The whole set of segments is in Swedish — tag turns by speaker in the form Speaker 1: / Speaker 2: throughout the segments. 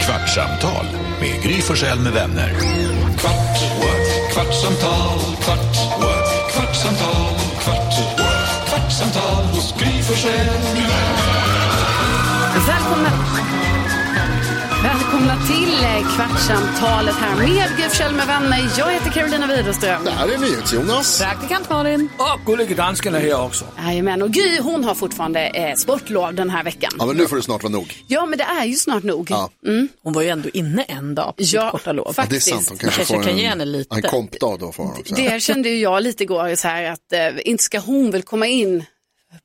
Speaker 1: Kvartsamtal med Gry Forssell med vänner. Kvart, what? kvartsamtal, kvart, what? kvartsamtal, kvart, what? kvartsamtal hos Gry Forssell med vänner.
Speaker 2: Alltså, Välkomna, välkomna till eh, Kvartsamtalet här med Gry Forssell med vänner. Jag heter Carolina Widerström.
Speaker 3: Det här är NyhetsJonas.
Speaker 2: Praktikant Malin.
Speaker 4: Och gullige dansken är här också.
Speaker 2: Jajamän, och Gry hon har fortfarande eh, sportlov den här veckan.
Speaker 3: Ja, men nu får det snart vara nog.
Speaker 2: Ja, men det är ju snart nog. Mm.
Speaker 3: Ja.
Speaker 5: Hon var ju ändå inne en dag på sitt
Speaker 2: Ja,
Speaker 5: korta lov.
Speaker 3: Ja, det är
Speaker 2: faktiskt.
Speaker 3: sant. De kanske
Speaker 5: Kanske
Speaker 3: får
Speaker 5: kan ge
Speaker 3: en,
Speaker 5: henne lite.
Speaker 3: en kompdag då. Får hon också.
Speaker 2: Det kände ju jag lite igår, så här, att eh, inte ska hon väl komma in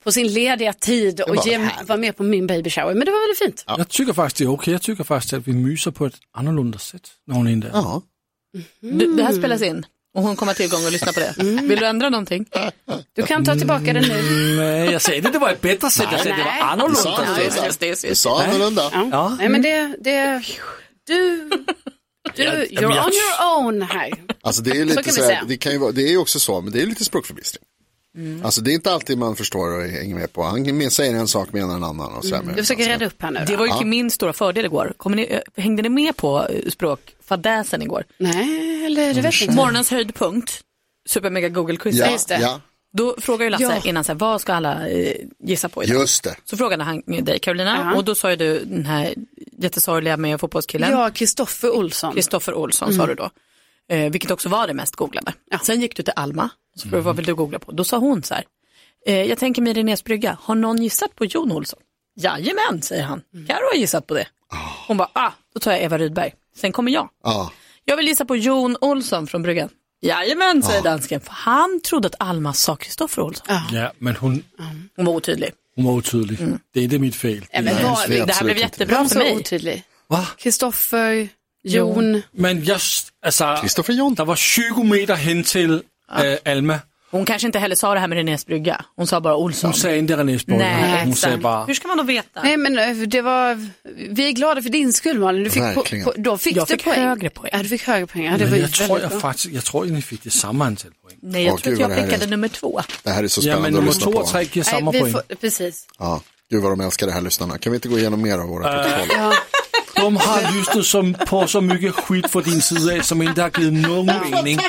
Speaker 2: på sin lediga tid och
Speaker 3: var
Speaker 2: ge-
Speaker 3: härligt.
Speaker 2: vara med på min baby shower. Men det var väldigt fint.
Speaker 4: Jag tycker faktiskt det är okej. Jag tycker faktiskt att vi myser på ett annorlunda sätt när hon är där.
Speaker 3: Ja.
Speaker 5: Du, det här spelas in och hon kommer ha tillgång och lyssna på det. Vill du ändra någonting?
Speaker 2: Du kan ta tillbaka den
Speaker 3: Mm.
Speaker 2: nu.
Speaker 4: Nej, jag säger inte øh, det var ett bättre sätt. Jag säger det
Speaker 2: Nej.
Speaker 4: var annorlunda.
Speaker 3: Sant,
Speaker 5: just
Speaker 3: det,
Speaker 5: det, just det.
Speaker 3: det sa annorlunda.
Speaker 2: Ja.
Speaker 4: Ja.
Speaker 2: Nej, men det, det, du, du, you're
Speaker 4: men jag-
Speaker 2: on your own här.
Speaker 3: Alltså det är
Speaker 2: Så
Speaker 3: lite
Speaker 2: kan
Speaker 3: så
Speaker 2: vi
Speaker 3: här,
Speaker 2: säga.
Speaker 3: det, kan ju vara, det är ju också så, men det är lite språkförbistring. Alltså det är inte alltid man förstår och hänger med på. Han men- säger en sak, menar en annan och så här med-
Speaker 2: Du försöker rädda upp här nu.
Speaker 5: Det
Speaker 2: Då.
Speaker 5: var ju min stora fördel igår. Kommer ni, eh, hängde ni med på eh, språkfadäsen igår?
Speaker 2: Nej, eller det vet jag inte.
Speaker 5: Morgonens höjdpunkt, supermega google-quiz. Eh,
Speaker 3: Ja,
Speaker 2: just det.
Speaker 3: ja,
Speaker 5: Då frågar ju Lasse
Speaker 2: Ja.
Speaker 5: innan, så här, vad ska alla eh, gissa på idag?
Speaker 3: just det.
Speaker 5: Så frågade han eh, dig Carolina
Speaker 2: Ja.
Speaker 5: och då sa ju du den här jättesorgliga med fotbollskillen.
Speaker 2: Ja, Kristoffer Olsson.
Speaker 5: Kristoffer Olsson
Speaker 3: Mm.
Speaker 5: sa du då. Eh, vilket också var det mest googlade. Sen gick du till Alma, så
Speaker 3: Mm.
Speaker 5: frågade vad vill du googla på? Då sa hon så här, eh, jag tänker mig Renés brygga, har någon gissat på Jon Olsson? Jajamän, säger han.
Speaker 3: Mm.
Speaker 5: Karo har gissat på det. Hon bara, ah, då tar jag Eva Rydberg. Sen kommer jag.
Speaker 3: Ja.
Speaker 5: Jag vill gissa på Jon Olsson från bryggan. Jajamän,
Speaker 3: Ah.
Speaker 5: säger dansken. För han trodde att Alma sa Kristoffer Olsson.
Speaker 4: Ja, men hon,
Speaker 5: Hon var otydlig.
Speaker 4: hon var otydlig. Det är inte mitt fel.
Speaker 2: Nej, Mm. men
Speaker 3: Nej,
Speaker 2: var,
Speaker 3: det är
Speaker 5: det här
Speaker 3: absolut
Speaker 5: blev
Speaker 3: inte.
Speaker 5: jättebra för
Speaker 2: så
Speaker 5: mig.
Speaker 2: otydlig.
Speaker 4: Va?
Speaker 2: Kristoffer, Jon.
Speaker 4: Men just, alltså,
Speaker 3: Kristoffer John.
Speaker 4: det var 20 meter hen till eh, Alma.
Speaker 5: Hon kanske inte heller sa det här med Renés brygga. Hon sa bara Olsson.
Speaker 4: Hon säger inte Renés bror.
Speaker 5: Nej,
Speaker 4: Hon säger
Speaker 5: exakt.
Speaker 4: bara,
Speaker 5: Hur ska man då veta?
Speaker 2: Nej men eh, det var, vi är glada för din skull Malin. Du fick
Speaker 3: Verkligen.
Speaker 2: po- po- då fick
Speaker 5: Jag
Speaker 2: du
Speaker 5: fick
Speaker 2: poäng.
Speaker 5: högre poäng.
Speaker 2: Ja, du fick högre poäng. Ja, det var
Speaker 4: men
Speaker 2: ju
Speaker 4: jag tror
Speaker 2: väldigt
Speaker 4: jag
Speaker 2: bra.
Speaker 4: faktiskt, jag tror ni fick det samma antal poäng.
Speaker 2: Mm.
Speaker 5: Nej, jag
Speaker 3: Åh,
Speaker 5: tror
Speaker 3: gud,
Speaker 5: att
Speaker 3: vad
Speaker 5: jag
Speaker 3: det här
Speaker 5: prickade
Speaker 3: är-
Speaker 5: nummer två.
Speaker 3: Det här är så
Speaker 4: Ja,
Speaker 3: spännande
Speaker 4: men
Speaker 3: att
Speaker 4: nummer
Speaker 3: lyssna
Speaker 4: två
Speaker 3: på.
Speaker 4: och tre ger samma
Speaker 2: Nej, vi
Speaker 4: poäng.
Speaker 2: får, precis.
Speaker 3: Ja. Gud vad de älskar det här lyssnarna. Kan vi inte gå igenom mer av våra
Speaker 4: Eh,
Speaker 3: protokoll?
Speaker 4: De har lyssnat som, på så mycket skit från din sida som inte har givit någon mening.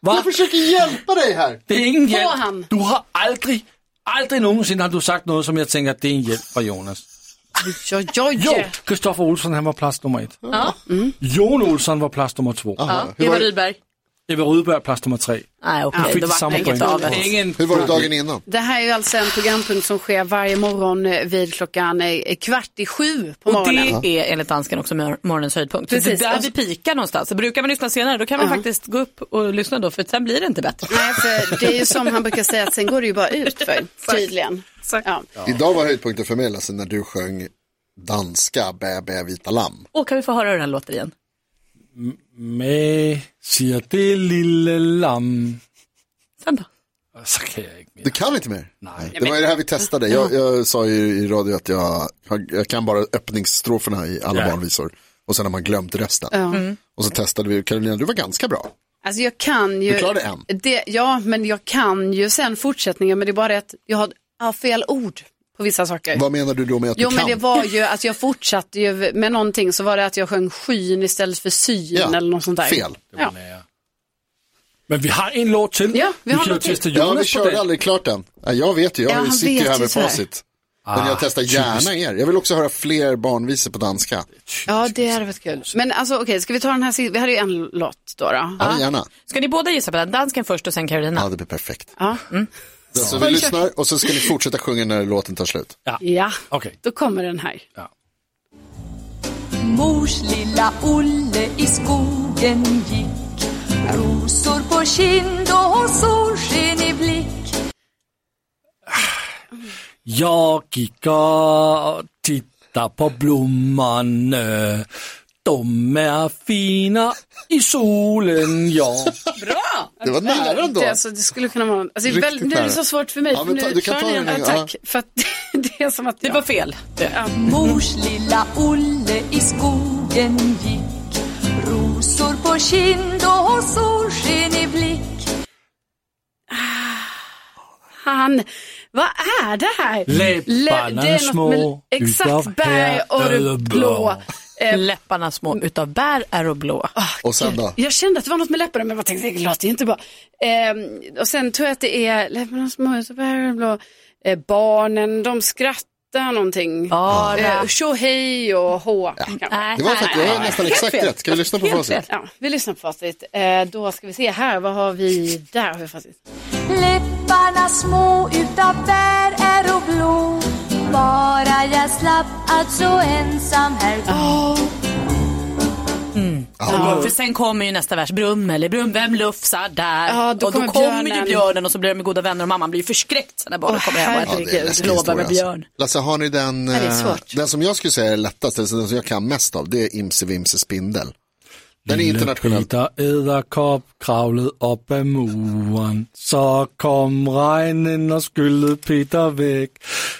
Speaker 4: Va?
Speaker 3: försöker hjälpa dig här.
Speaker 4: Det är ingen
Speaker 2: Får
Speaker 4: hjälp.
Speaker 2: han?
Speaker 4: Du har aldrig, aldrig någonsin har du sagt något som jag tänker att det är en hjälp för Jonas.
Speaker 2: Ja, ja,
Speaker 4: Jo,
Speaker 2: ja.
Speaker 4: Kristoffer Olsson han var plats nummer ett.
Speaker 5: Ja.
Speaker 4: Jon Olsson var plats nummer två.
Speaker 3: Ja. Hur,
Speaker 5: Eva
Speaker 3: var,
Speaker 5: Rydberg.
Speaker 4: Eva Rydberg plats nummer tre.
Speaker 5: Nej, okej.
Speaker 4: Fick
Speaker 5: Då
Speaker 4: det
Speaker 5: var
Speaker 4: samma
Speaker 5: det inget av det.
Speaker 4: poäng. Ingen
Speaker 3: hur var det dagen innan?
Speaker 2: Det här är ju alltså en programpunkt som sker varje morgon eh, vid klockan eh, kvart i sju på
Speaker 5: Och
Speaker 2: morgonen.
Speaker 5: det är enligt dansken också mor- morgonens höjdpunkt. Så
Speaker 2: Precis.
Speaker 5: Det är
Speaker 2: Och-
Speaker 5: där vi pikar någonstans. Så brukar man lyssna senare, då kan man faktiskt gå upp och lyssna då, för sen blir det inte bättre.
Speaker 2: Nej, för det är ju som han brukar säga att sen går det ju bara ut för tydligen. Ja.
Speaker 3: Idag var höjdpunkten för mig Lasse när du sjöng danska Bä bä vita lamm.
Speaker 5: Och kan vi få höra hur den här låter igen?
Speaker 4: med, säger det lille lamm.
Speaker 5: Sen då?
Speaker 4: Så kan jag inte mer.
Speaker 3: Du kan inte mer?
Speaker 4: Nej.
Speaker 3: Det var ju det här vi testade. Jag, jag sa ju i radio att jag, jag- jag kan bara öppningsstroferna i alla
Speaker 4: Ja. Mm.
Speaker 3: barnvisor. Och sen har man glömt resten.
Speaker 2: Ja.
Speaker 3: Och så testade vi, Carolina du var ganska bra.
Speaker 2: Alltså jag kan ju...
Speaker 3: Du klarade en.
Speaker 2: Det, ja, men jag kan ju sen fortsättningen, men det är bara det att jag har, jag har fel ord på vissa saker.
Speaker 3: Vad menar du då med att
Speaker 2: Eh. Jo
Speaker 3: du
Speaker 2: men
Speaker 3: kan?
Speaker 2: det var ju, alltså jag fortsatte ju med någonting så var det att jag sjöng skyn istället för syn
Speaker 3: Ja,
Speaker 2: eller något sånt där.
Speaker 3: Fel.
Speaker 2: Ja.
Speaker 4: Men vi har en låt till.
Speaker 2: Ja, vi har
Speaker 4: kan ju
Speaker 2: en låt till.
Speaker 4: testa
Speaker 3: Ja, vi
Speaker 4: Jonas på
Speaker 3: körde
Speaker 4: den.
Speaker 3: aldrig klart den. Ja, jag vet ju, jag
Speaker 2: Ja, han
Speaker 3: sitter ju
Speaker 2: vet
Speaker 3: här
Speaker 2: ju
Speaker 3: med
Speaker 2: så här.
Speaker 3: facit. Men
Speaker 4: Ah,
Speaker 3: jag testar gärna er. Jag vill också höra fler barnvisor på danska.
Speaker 2: Ja det hade varit kul. Men alltså okej, ska vi ta den här sista, vi hade ju en låt då. då.
Speaker 3: Ja, gärna.
Speaker 5: Ska ni båda gissa på den? Dansken först och sen Carolina.
Speaker 3: Ja, det blir perfekt.
Speaker 2: Ah. Ja. Mm.
Speaker 3: Så vi lyssnar och så ska ni fortsätta sjunga när låten tar slut.
Speaker 2: ja,
Speaker 4: Okej.
Speaker 2: då kommer den här.
Speaker 6: Mors lilla Olle i skogen gick Rosor på kind och solsken i blick
Speaker 4: Jag gick och tittade på blommorna. De är fina i solen, ja.
Speaker 3: Det var nära ändå.
Speaker 2: Det, alltså, det skulle kunna vara, alltså, det är
Speaker 3: Riktigt
Speaker 2: väl, nu är
Speaker 3: nära.
Speaker 2: det så svårt för mig.
Speaker 3: Ja, men
Speaker 2: för
Speaker 3: ta-
Speaker 2: nu
Speaker 3: du kan
Speaker 2: klarar
Speaker 3: ta
Speaker 2: ni
Speaker 3: den
Speaker 2: den.
Speaker 3: nu,
Speaker 2: Ja,
Speaker 3: ja.
Speaker 2: tack, för att det är som att
Speaker 5: Det
Speaker 2: jag...
Speaker 5: var fel. Det.
Speaker 6: Mors lilla Olle i skogen gick Rosor på kind och solsken i blick
Speaker 2: Han, vad är det här?
Speaker 4: Läpparna
Speaker 2: det är något med-
Speaker 4: små,
Speaker 2: Exakt,
Speaker 4: utav
Speaker 2: berg
Speaker 4: här
Speaker 2: och
Speaker 4: överblå.
Speaker 2: blå.
Speaker 5: Eh, Läpparna små utav bär är och blå.
Speaker 3: Och sen då?
Speaker 2: Jag kände att det var något med läpparna men jag bara tänkte det låter ju inte bra. Ehm, och sen tror jag att det är läpparna små, så här blå. Eh, barnen, de skrattar någonting.
Speaker 5: Bara.
Speaker 2: Eh, Tjohej och hå.
Speaker 5: Nej.
Speaker 2: kanske.
Speaker 3: Det var faktiskt det var nästan exakt
Speaker 5: fel.
Speaker 3: rätt. Ska vi lyssna på
Speaker 5: Helt
Speaker 3: facit?
Speaker 5: rätt.
Speaker 2: Ja, vi lyssnar på facit. Eh, då ska vi se här, vad har vi där? Har vi facit?
Speaker 6: Läpparna små utav bär är och blå Bara jag slapp att så ensam här gå
Speaker 5: Ja, För sen kommer ju nästa vers, Brummel, brum, vem lufsar där?
Speaker 2: Ja, då
Speaker 5: och då
Speaker 2: kommer
Speaker 5: kommer
Speaker 2: björnen.
Speaker 5: ju björnen och så blir de goda vänner och mamman blir ju förskräckt sen när barnen
Speaker 2: Åh,
Speaker 5: kommer hem.
Speaker 2: herregud.
Speaker 5: och
Speaker 3: Ja, det är en läskig
Speaker 5: Blåbär
Speaker 3: historia,
Speaker 5: med
Speaker 3: alltså.
Speaker 5: björn.
Speaker 3: Lasse, har ni den,
Speaker 2: det är
Speaker 3: eh,
Speaker 2: svårt.
Speaker 3: den som jag skulle säga är lättast, alltså den som jag kan mest av, det är Imse Vimse Spindel. Den är internationell.
Speaker 4: Peter Edderkopp kravlede op ad muren. Så kom regnen og skyllede Peter væk.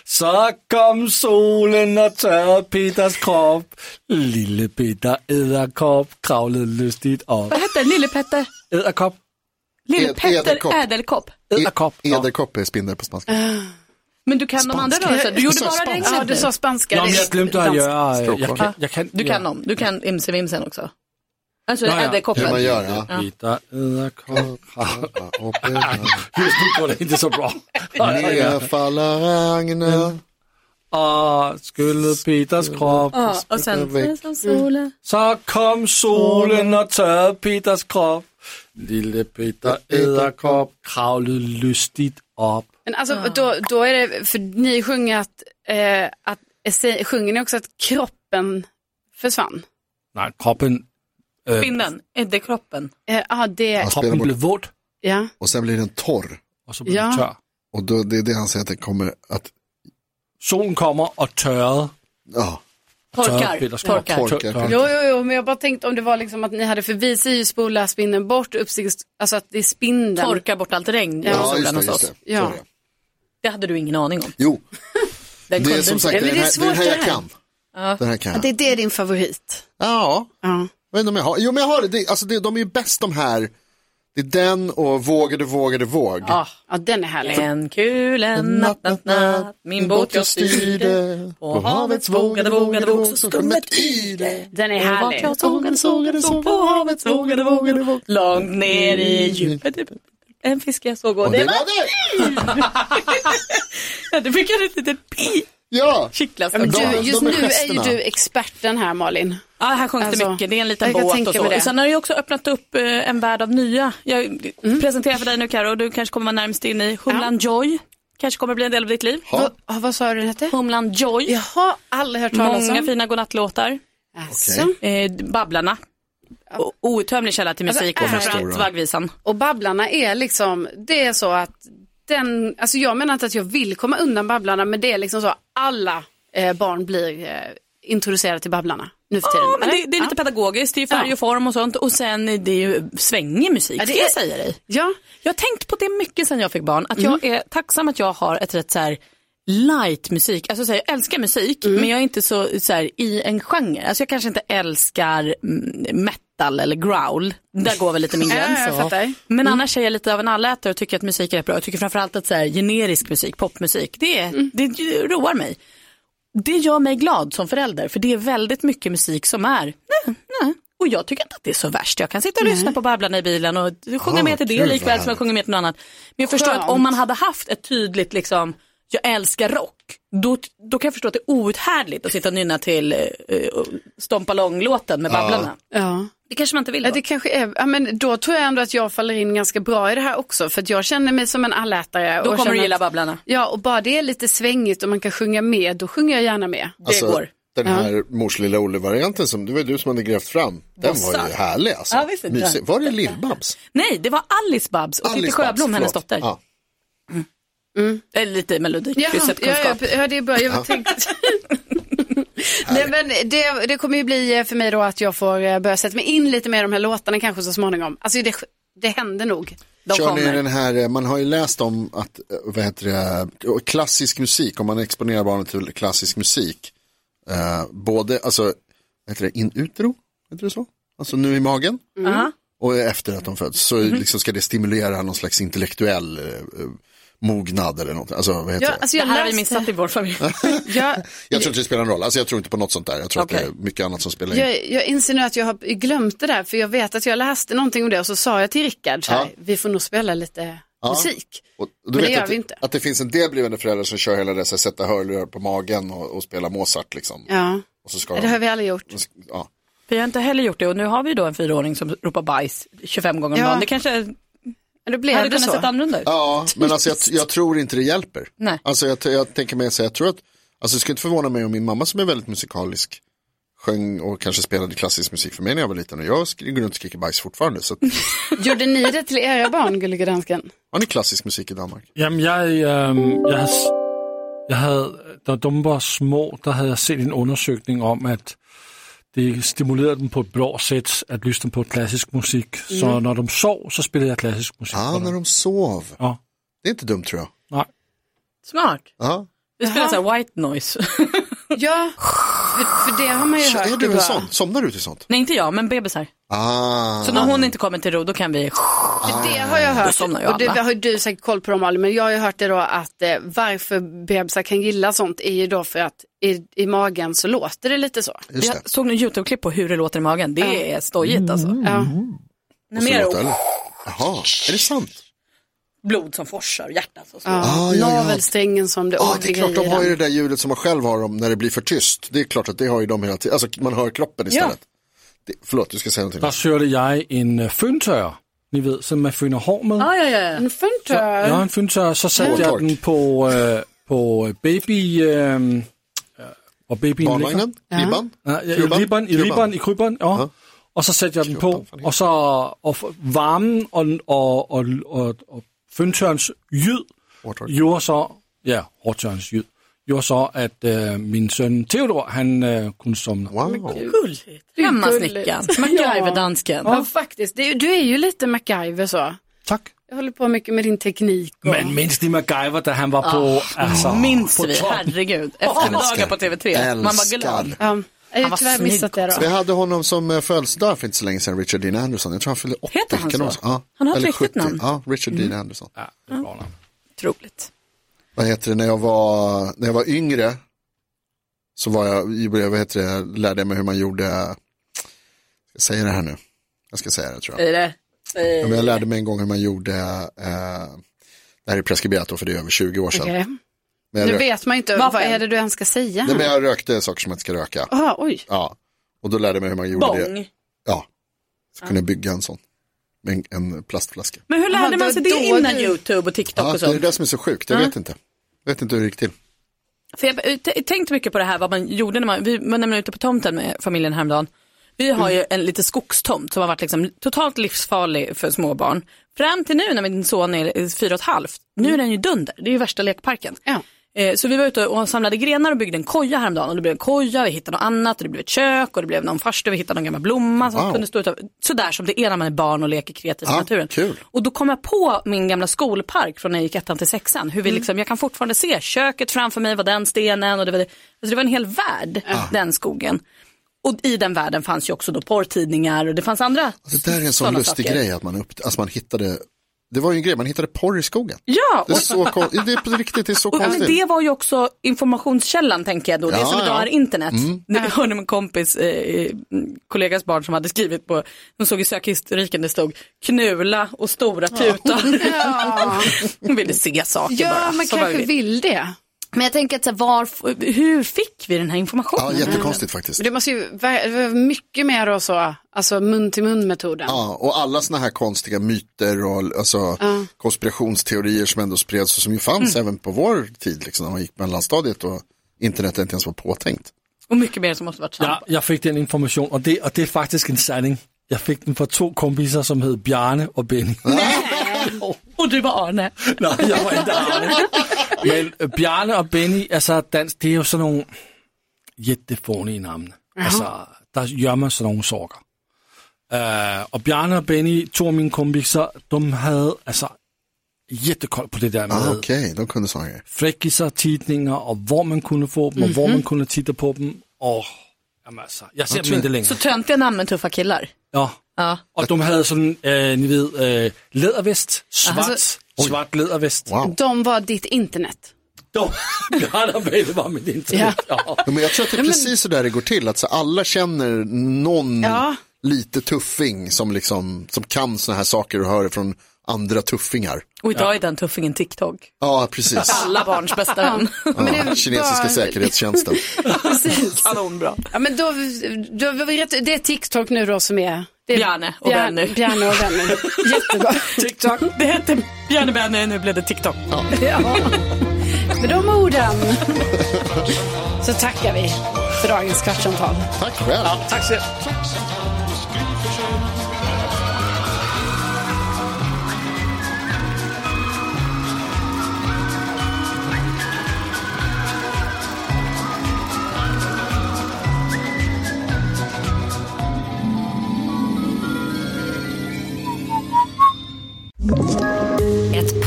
Speaker 4: Så kom solen og tørrede Peters krop. Lille Peter Edderkop kravlede lystigt op.
Speaker 5: Vad hette den? Lille Petter?
Speaker 4: Edderkop.
Speaker 5: Lille
Speaker 3: Ed-
Speaker 5: Petter
Speaker 3: Ädelkopp.
Speaker 5: Ädelkopp.
Speaker 4: Edderkop.
Speaker 3: E- Ederkopp är spindel på spanska.
Speaker 5: Men du kan de andra rörelserna, du gjorde
Speaker 3: Så
Speaker 5: bara
Speaker 3: spanska.
Speaker 2: Ja, du
Speaker 5: regnet.
Speaker 2: sa spanska.
Speaker 4: Nå, men
Speaker 2: det är
Speaker 4: jeg glemte at
Speaker 2: dansk.
Speaker 4: gøre... øh, Jeg
Speaker 3: Stråkort.
Speaker 4: kan, jeg kan,
Speaker 5: Du kan dem, du kan Imse Vimsen också. Alltså
Speaker 4: Ja, ja.
Speaker 3: Hur
Speaker 5: Ädelkoppen.
Speaker 3: man gör, ja.
Speaker 4: Peter Edderkop kravlede.
Speaker 3: Och upp-
Speaker 4: Just nu går det inte så bra.
Speaker 3: Ner faller Ragnar.
Speaker 4: Og skyllede Peters krop.
Speaker 5: Ja, och sen,
Speaker 3: Väck.
Speaker 5: sen som solen.
Speaker 4: Så kom solen og tørrede Peters krop. Lille Peter Æderkop kravlede lystigt op.
Speaker 2: Men alltså,
Speaker 5: Ah.
Speaker 2: då, då är det, för ni sjunger att, eh, att se- sjunger ni också att kroppen försvann?
Speaker 4: Nej, kroppen, øh,
Speaker 5: Spindeln, Ädelkroppen.
Speaker 2: Eh, ah, det,
Speaker 3: Han spelar
Speaker 4: kroppen
Speaker 3: bort.
Speaker 4: blev våt,
Speaker 2: ja.
Speaker 3: Och sen blir den torr.
Speaker 4: og så blev
Speaker 2: Ja.
Speaker 4: den tør.
Speaker 3: Och då, det är det han säger att det kommer att,
Speaker 4: Solen kommer og tørrede.
Speaker 3: ja.
Speaker 5: Torkar.
Speaker 4: Peters krop.
Speaker 5: Torkar.
Speaker 3: Torkar.
Speaker 4: Tør-
Speaker 3: Torkar.
Speaker 4: tør-
Speaker 2: Jo, jo, jo, men jag bara tänkte om det var liksom att ni hade förbi sig spola spindeln bort, uppsikt, alltså att det är spindeln.
Speaker 5: Torkar bort allt regn genom
Speaker 3: Ja, just
Speaker 5: solen
Speaker 3: det. Just
Speaker 5: hos
Speaker 3: det.
Speaker 5: oss.
Speaker 2: Ja.
Speaker 3: Så är det.
Speaker 5: Det hade du ingen aning om.
Speaker 3: Jo,
Speaker 5: Den
Speaker 3: det
Speaker 5: kunde
Speaker 3: är som
Speaker 5: inte.
Speaker 3: sagt
Speaker 2: men det
Speaker 3: den
Speaker 2: är
Speaker 3: här,
Speaker 2: svårt
Speaker 3: den här
Speaker 2: det
Speaker 3: jag
Speaker 2: här.
Speaker 3: kan. Den här kan
Speaker 2: Ja,
Speaker 3: jag.
Speaker 2: det, det är din favorit.
Speaker 3: Ja,
Speaker 2: Ja.
Speaker 3: jag vet inte om jag har. Jo, men jag har det. det alltså, det, de är ju bäst de här. Det är den och vågade, vågade, våg.
Speaker 5: Ja.
Speaker 2: Ja, den är härlig.
Speaker 5: En kul, en natt, natt, natt, min båt jag styrde. På havets vågade, vågade våg så skummet i det.
Speaker 2: Den är
Speaker 5: Vart
Speaker 2: härlig.
Speaker 5: jag sågade, sågade, såg på havets vågade, vågade våg. Långt ner i djupet. En fisk jag såg och
Speaker 3: Och det
Speaker 5: det var...
Speaker 3: var det!
Speaker 5: Ja, Du fick jag ett litet pi.
Speaker 3: Ja,
Speaker 5: Kittlas.
Speaker 2: Ja, men
Speaker 3: Bra,
Speaker 2: du,
Speaker 3: de
Speaker 2: just
Speaker 3: är
Speaker 2: nu är ju
Speaker 3: gesterna.
Speaker 2: du experten här Malin.
Speaker 5: Ja, här sjönk
Speaker 2: Alltså,
Speaker 5: det mycket. Det är en
Speaker 2: jag
Speaker 5: liten
Speaker 2: kan
Speaker 5: båt
Speaker 2: tänka
Speaker 5: och så.
Speaker 2: mig det.
Speaker 5: Och sen har det ju också öppnat upp eh, en värld av nya. Jag presenterar för dig nu Karo, du kanske kommer vara närmst in i Humlan Joy. Kanske kommer bli en del av ditt liv.
Speaker 2: Vad, ah, vad sa du den hette?
Speaker 5: Humlan Joy.
Speaker 2: Jaha, aldrig hört talas
Speaker 5: Många
Speaker 2: om.
Speaker 5: fina godnattlåtar.
Speaker 2: Alltså.
Speaker 5: Eh, babblarna. O- Outtömlig källa till musik och
Speaker 2: Alltså,
Speaker 5: framförallt
Speaker 3: stora.
Speaker 5: vaggvisan.
Speaker 2: Och Babblarna är liksom, det är så att den, alltså jag menar inte att jag vill komma undan Babblarna men det är liksom så alla eh, barn blir eh, introducerade till Babblarna nu för tiden.
Speaker 5: Ja, men det,
Speaker 2: Eller?
Speaker 5: det är lite pedagogiskt, det är färg
Speaker 2: Ja.
Speaker 5: och form och sånt och sen är det ju svängig musik,
Speaker 2: Ja, det
Speaker 5: det ska jag
Speaker 2: är-
Speaker 5: säga dig.
Speaker 2: ja.
Speaker 5: Jag har tänkt på det mycket sen jag fick barn, att jag
Speaker 2: Mm.
Speaker 5: är tacksam att jag har ett rätt så här light musik, alltså så här, jag älskar musik
Speaker 2: Mm.
Speaker 5: men jag är inte så, så här, i en genre, alltså jag kanske inte älskar mm, metal eller growl, där går väl lite min
Speaker 2: Ja, jag
Speaker 5: gräns.
Speaker 2: fattar. Mm.
Speaker 5: Men annars är jag lite av en allätare och tycker att musik är bra, jag tycker framförallt att så här, generisk musik, popmusik, det, är
Speaker 2: Mm.
Speaker 5: det roar mig. Det gör mig glad som förälder för det är väldigt mycket musik som är nej, nej. och jag tycker inte att det är så värst. Jag kan sitta och lyssna på Babblarna i bilen och sjunga
Speaker 3: Ah,
Speaker 5: med till det
Speaker 3: kul, vad
Speaker 5: likväl som jag
Speaker 3: härligt.
Speaker 5: sjunger med till något annat. Men jag förstår att
Speaker 2: Skönt.
Speaker 5: om man hade haft ett tydligt liksom jag älskar rock, då, då kan jag förstå att det är outhärdligt att sitta och nynna till uh, Stompa lång-låten med Babblarna.
Speaker 2: Ja.
Speaker 5: Det kanske man inte vill
Speaker 2: Ja,
Speaker 5: då.
Speaker 2: det kanske är, ja, men då tror jag ändå att jag faller in ganska bra i det här också för att jag känner mig som en allätare.
Speaker 5: Då
Speaker 2: och
Speaker 5: kommer du
Speaker 2: känner
Speaker 5: gilla
Speaker 2: att-
Speaker 5: Babblarna.
Speaker 2: Ja, och bara det är lite svängigt och man kan sjunga med, då sjunger jag gärna med.
Speaker 5: Det
Speaker 3: alltså
Speaker 5: går.
Speaker 3: den här mors lilla Olle-varianten som det var du som hade grävt fram. Den var ju härlig alltså.
Speaker 5: Ja, visst är det.
Speaker 3: Mysig. Var det Lill-Babs?
Speaker 5: Nej, det var Alice Babs och Titti
Speaker 3: Alice Babs,
Speaker 5: Sjöblom, hennes
Speaker 3: förlåt.
Speaker 5: dotter.
Speaker 3: Ja.
Speaker 5: Eller lite
Speaker 2: Ja, ja, ja,
Speaker 5: melodikryssepkunskap.
Speaker 2: ja, det är bra. Jag tänkte... Nej, men det, det kommer ju bli eh, för mig då att jag får eh, börja sätta mig in lite mer i de här låtarna kanske så småningom. Alltså det, det händer nog.
Speaker 5: De
Speaker 3: Kör ni
Speaker 5: kommer.
Speaker 3: den här, eh, man har ju läst om att, eh, vad heter det, eh, klassisk musik, om man exponerar barnet till klassisk musik, eh, både, alltså, vad heter det, in utero, heter det så? Alltså nu i magen
Speaker 5: Aha.
Speaker 2: Mhm.
Speaker 3: och efter att de föds, så liksom ska det stimulera någon slags intellektuell eh, eh, mognad eller något. Alltså, vad heter
Speaker 2: Ja,
Speaker 3: det?
Speaker 2: alltså
Speaker 5: Det
Speaker 2: jag
Speaker 5: här har vi
Speaker 2: läste-
Speaker 5: missat i vår familj.
Speaker 2: jag,
Speaker 3: Jag tror inte det spelar någon roll. Alltså, jag tror inte på något sånt där. Jag tror att
Speaker 5: Okej.
Speaker 3: det är mycket annat som spelar in.
Speaker 2: jag, jag inser nu att jag har glömt det där för jag vet att jag läste någonting om det och så sa jag till Rickard så här,
Speaker 3: Ja.
Speaker 2: vi får nog spela lite
Speaker 3: Ja.
Speaker 2: musik.
Speaker 3: Och du
Speaker 2: Men det
Speaker 3: vet
Speaker 2: gör
Speaker 3: att,
Speaker 2: vi inte.
Speaker 3: Att det finns en del blivande föräldrar som kör hela det, så här, sätta hörlurar på magen och, och spela Mozart liksom.
Speaker 2: Ja,
Speaker 3: Och så ska
Speaker 2: det har
Speaker 3: de,
Speaker 2: vi aldrig gjort.
Speaker 3: ja.
Speaker 5: Vi har inte heller gjort det och nu har vi då en fyraåring som ropar bajs 25 gånger om
Speaker 2: Ja.
Speaker 5: dagen. Det kanske
Speaker 2: Men då
Speaker 5: hade
Speaker 2: blev det
Speaker 5: kunnat
Speaker 2: så.
Speaker 5: sett annorlunda ut.
Speaker 3: ja, men alltså jag, jag tror inte det hjälper.
Speaker 5: Nej.
Speaker 3: Alltså jag, jag tänker mig så här, jag tror att, alltså det skulle inte förvåna mig om min mamma som är väldigt musikalisk sjöng och kanske spelade klassisk musik för mig när jag var liten och jag sk- går runt och skriker bajs fortfarande. Så att,
Speaker 2: Gjorde ni det till era barn, gullige dansken?
Speaker 3: har ni klassisk musik i Danmark?
Speaker 4: Jamen, jeg, øh, jeg, har s- jeg havde, da dumme var små, der havde jeg set en undersøgning om, at det stimulerede dem på et blå sæt at lytte på klassisk musik. Så når de sov, så spillede jeg klassisk musik.
Speaker 3: Ja,
Speaker 4: for
Speaker 3: ah,
Speaker 4: dem.
Speaker 3: när de sov.
Speaker 4: Ja.
Speaker 3: Det är inte dumt tror jag.
Speaker 4: Nej.
Speaker 5: Smart.
Speaker 3: Ja.
Speaker 5: Vi spelar så här white noise.
Speaker 2: Ja, för, för det har man ju
Speaker 3: Så
Speaker 2: hört.
Speaker 3: är du
Speaker 2: idag.
Speaker 3: en sån? Somnar du till sånt?
Speaker 5: Nej inte jag men bebisar.
Speaker 3: Ah.
Speaker 5: Så när hon inte kommer till ro då kan vi
Speaker 2: För det har jag
Speaker 5: Då
Speaker 2: hört.
Speaker 5: somnar ju
Speaker 2: Och det
Speaker 5: alla.
Speaker 2: har ju du säkert koll på dem Malin, men jag har ju hört det då att eh, varför bebisar kan gilla sånt är ju då för att i, i magen så låter det lite så.
Speaker 3: Just det.
Speaker 5: Jag såg en YouTube-klipp på hur det låter i magen. Det är stojigt alltså.
Speaker 2: Ja.
Speaker 3: Mm.
Speaker 5: Nej, mer
Speaker 3: Förlåt, eller? Jaha, är det sant?
Speaker 5: blod som forsar, hjärtat och så.
Speaker 2: Ja.
Speaker 3: Ah, ja, ja.
Speaker 2: Navelsträngen som det
Speaker 3: Ja,
Speaker 2: åker
Speaker 3: det är klart
Speaker 2: grejer
Speaker 3: de
Speaker 2: i
Speaker 3: har ju
Speaker 2: den.
Speaker 3: det där ljudet som man själv har om när det blir för tyst. Det är klart att det har ju de hela tiden. Alltså man hör kroppen istället. Det, förlåt, du ska säga någonting.
Speaker 4: Der sørte jeg en øh, fyndtør, I ved, som man fynder hår med.
Speaker 5: Ja, ja, ja.
Speaker 2: En
Speaker 4: Jeg har
Speaker 2: funtör.
Speaker 4: en fyndtør, så satte jeg
Speaker 3: Hårdtork.
Speaker 4: den på, øh, på øh, baby... Øh, øh, og babyen ligger.
Speaker 3: Barnvagnen, ribban,
Speaker 4: Ja, ja, i
Speaker 3: Klubban?
Speaker 4: ribberen, i
Speaker 3: Klubban.
Speaker 4: ribberen, i kryberen, ja. Og så satte jeg den på, og så og f- varmen og, og, og, og, og fyndtørens jyd
Speaker 3: Hårdtork.
Speaker 4: gjorde så, ja, hårdtørens jyd, gjorde så, at øh, min søn Theodor, han øh, kunne somne.
Speaker 3: Wow.
Speaker 5: Gulligt. Hemmasnickaren,
Speaker 2: Gulligt.
Speaker 5: MacGyver-dansken.
Speaker 2: Ja, faktiskt. Det är, du är ju lite MacGyver så.
Speaker 4: Tak.
Speaker 2: Jag håller på mycket med din teknik. Och...
Speaker 4: Men mindst i MacGyver, da han var på, altså,
Speaker 5: Minns
Speaker 4: på
Speaker 5: vi,
Speaker 4: toppen.
Speaker 5: herregud. Eftermiddagar på TV3. Man var glad.
Speaker 3: Älskar.
Speaker 2: Ja, jag har
Speaker 5: var
Speaker 2: ju tyvärr
Speaker 5: snygg
Speaker 2: missat det
Speaker 5: också.
Speaker 2: då.
Speaker 3: Vi hade honom som eh, födelsedag för inte så länge sedan, Richard Dean Anderson. Jag tror han fyllde 80.
Speaker 5: Heter han
Speaker 3: Kan det
Speaker 5: så?
Speaker 3: vara Ja,
Speaker 5: Han har ett
Speaker 3: eller
Speaker 5: riktigt
Speaker 3: 70.
Speaker 5: namn.
Speaker 3: Ja, Richard
Speaker 4: Mm.
Speaker 3: Dean Anderson.
Speaker 4: Ja, det er godt nok.
Speaker 5: Otroligt.
Speaker 3: Vad heter det, när jag var, när jag var yngre så var jag, i början, vad heter det, lärde jag mig hur man gjorde, jag säger det här nu, jag ska säga det tror jag.
Speaker 5: Är det? eh,
Speaker 3: Ja, men jag lärde mig en gång hur man gjorde, eh, det här är preskriberat då, för det är över 20 år sedan.
Speaker 2: Okej.
Speaker 3: Men, jag
Speaker 2: Nu
Speaker 3: rök,
Speaker 2: vet man ju inte
Speaker 5: Vapen.
Speaker 2: vad är det du ens ska säga.
Speaker 3: nej, men jag rökte saker som man inte ska röka.
Speaker 2: Aha, oj.
Speaker 3: Ja. Och då lärde jag mig hur man gjorde det.
Speaker 5: Bong.
Speaker 3: Ja. Så kunde jag bygga en sån. Med en, en plastflaska.
Speaker 5: Men hur lärde
Speaker 2: Aha,
Speaker 5: man sig
Speaker 2: då-
Speaker 5: det
Speaker 2: då-
Speaker 5: innan YouTube och TikTok
Speaker 3: Ja,
Speaker 5: och
Speaker 3: det är
Speaker 5: sånt?
Speaker 3: det där som är så sjukt, jag vet inte. Jag vet inte hur det gick till.
Speaker 5: För jag har t- tänkt mycket på det här vad man gjorde när man, vi var nämligen ute på tomten med familjen häromdagen. Vi har ju en liten skogstomt som har varit liksom totalt livsfarlig för små barn. Fram till nu när min son är eh, fyra och ett halvt, nu är den ju dunder, det är ju värsta lekparken.
Speaker 2: Ja.
Speaker 5: Eh, Så vi var ute och samlade grenar och byggde en koja häromdagen och det blev en koja, vi hittade något annat och det blev ett kök och det blev någon farstu, vi hittade någon gammal blomma som
Speaker 3: Wow.
Speaker 5: kunde stå utav. Sådär som det är när man är barn och leker kreativt i
Speaker 3: Ja,
Speaker 5: naturen.
Speaker 3: kul.
Speaker 5: Och då kom jag på min gamla skolpark från när jag gick ettan till sexan. Hur vi
Speaker 3: Mm.
Speaker 5: liksom, jag kan fortfarande se köket framför mig var den stenen och det var, det. Alltså det var en hel värld,
Speaker 3: Ah.
Speaker 5: den skogen. Och i den världen fanns ju också då porrtidningar och det fanns andra
Speaker 3: Det där är en sån
Speaker 5: sådana
Speaker 3: lustig
Speaker 5: saker.
Speaker 3: grej att man, upp, alltså man hittade, det var ju en grej, man hittade porr i skogen.
Speaker 5: Ja,
Speaker 3: Det är
Speaker 5: och
Speaker 3: så kon- det är på riktigt, det är så
Speaker 5: Och, men
Speaker 3: konstigt.
Speaker 5: det var ju också informationskällan tänker jag då. det
Speaker 3: Ja,
Speaker 5: som idag
Speaker 3: ja. Mm.
Speaker 5: är internet. Nu hörde min kompis, eh, kollegas barn som hade skrivit på, hon såg i sökhistoriken det stod knula och stora tutar. hon ville se saker bara.
Speaker 2: Ja, man
Speaker 5: Så var
Speaker 2: kanske
Speaker 5: vi-
Speaker 2: vill det.
Speaker 5: Men jag tänker att så här, var, hur fick vi den här
Speaker 3: Ja,
Speaker 5: informationen?
Speaker 3: jättekonstigt faktiskt.
Speaker 2: Men det måste ju vara mycket mer då så, alltså mun till mun metoden.
Speaker 3: Ja, och alla sådana här konstiga myter och alltså, konspirationsteorier som ändå spreds och som ju fanns även på vår tid, liksom, när man gick mellanstadiet och internet inte ens var påtänkt.
Speaker 5: Och mycket mer som måste varit sant.
Speaker 4: Ja, jeg fik den information, og det, og det er faktisk en sanding. Jeg fik den fra to kompiser, som hed Bjarne og Benny.
Speaker 5: Och du var Arne.
Speaker 4: Nå, jeg var ikke Arne. Men øh, Bjarne og Benny, altså dansk, det er jo sådan nogle jættefånige navne. Altså, der gør man sådan nogle sorger. Øh, og Bjarne og Benny, to af mine kompiser, de havde altså jættekold på det der med
Speaker 3: Ah, Okej, de kunde sådana grejer.
Speaker 4: frækkelser, tidninger, og hvor man kunne få dem, og
Speaker 3: Mhm.
Speaker 4: hvor man kunne titte på dem. Og, jamen altså, jeg ser dem ikke længere.
Speaker 5: Så töntiga namn men tuffa killar.
Speaker 4: Ja.
Speaker 5: Ja.
Speaker 4: Og de havde sådan, øh, ni ved, øh, lædervest, svart,
Speaker 2: Altså-
Speaker 4: svart lædervest.
Speaker 3: Wow.
Speaker 2: De var ditt internet.
Speaker 4: De, ja, der ved det var mit internet. Ja.
Speaker 3: Ja, men jag tror att det är precis så där det går till, att så alla känner någon
Speaker 2: Ja.
Speaker 3: lite tuffing som, liksom, som kan såna här saker och hör från andra tuffingar.
Speaker 5: Och idag är den tuffingen TikTok.
Speaker 3: Ja, precis.
Speaker 5: Alla barns bästa vän.
Speaker 3: Ja, kinesiska
Speaker 2: bara-
Speaker 3: säkerhetstjänsten.
Speaker 2: Precis.
Speaker 5: Kanonbra.
Speaker 2: Ja, men då, då var vi rätt, det är TikTok nu då som är... Det är
Speaker 5: Bjarne och
Speaker 2: Bjar-
Speaker 5: Benny.
Speaker 2: Bjarne och Benny. Jättebra.
Speaker 5: TikTok. Det hette Bjarne Benny, nu blev det TikTok.
Speaker 2: Med de orden så tackar vi för dagens kvartsamtal.
Speaker 3: Tack själv.
Speaker 4: Tak selv.
Speaker 7: Ett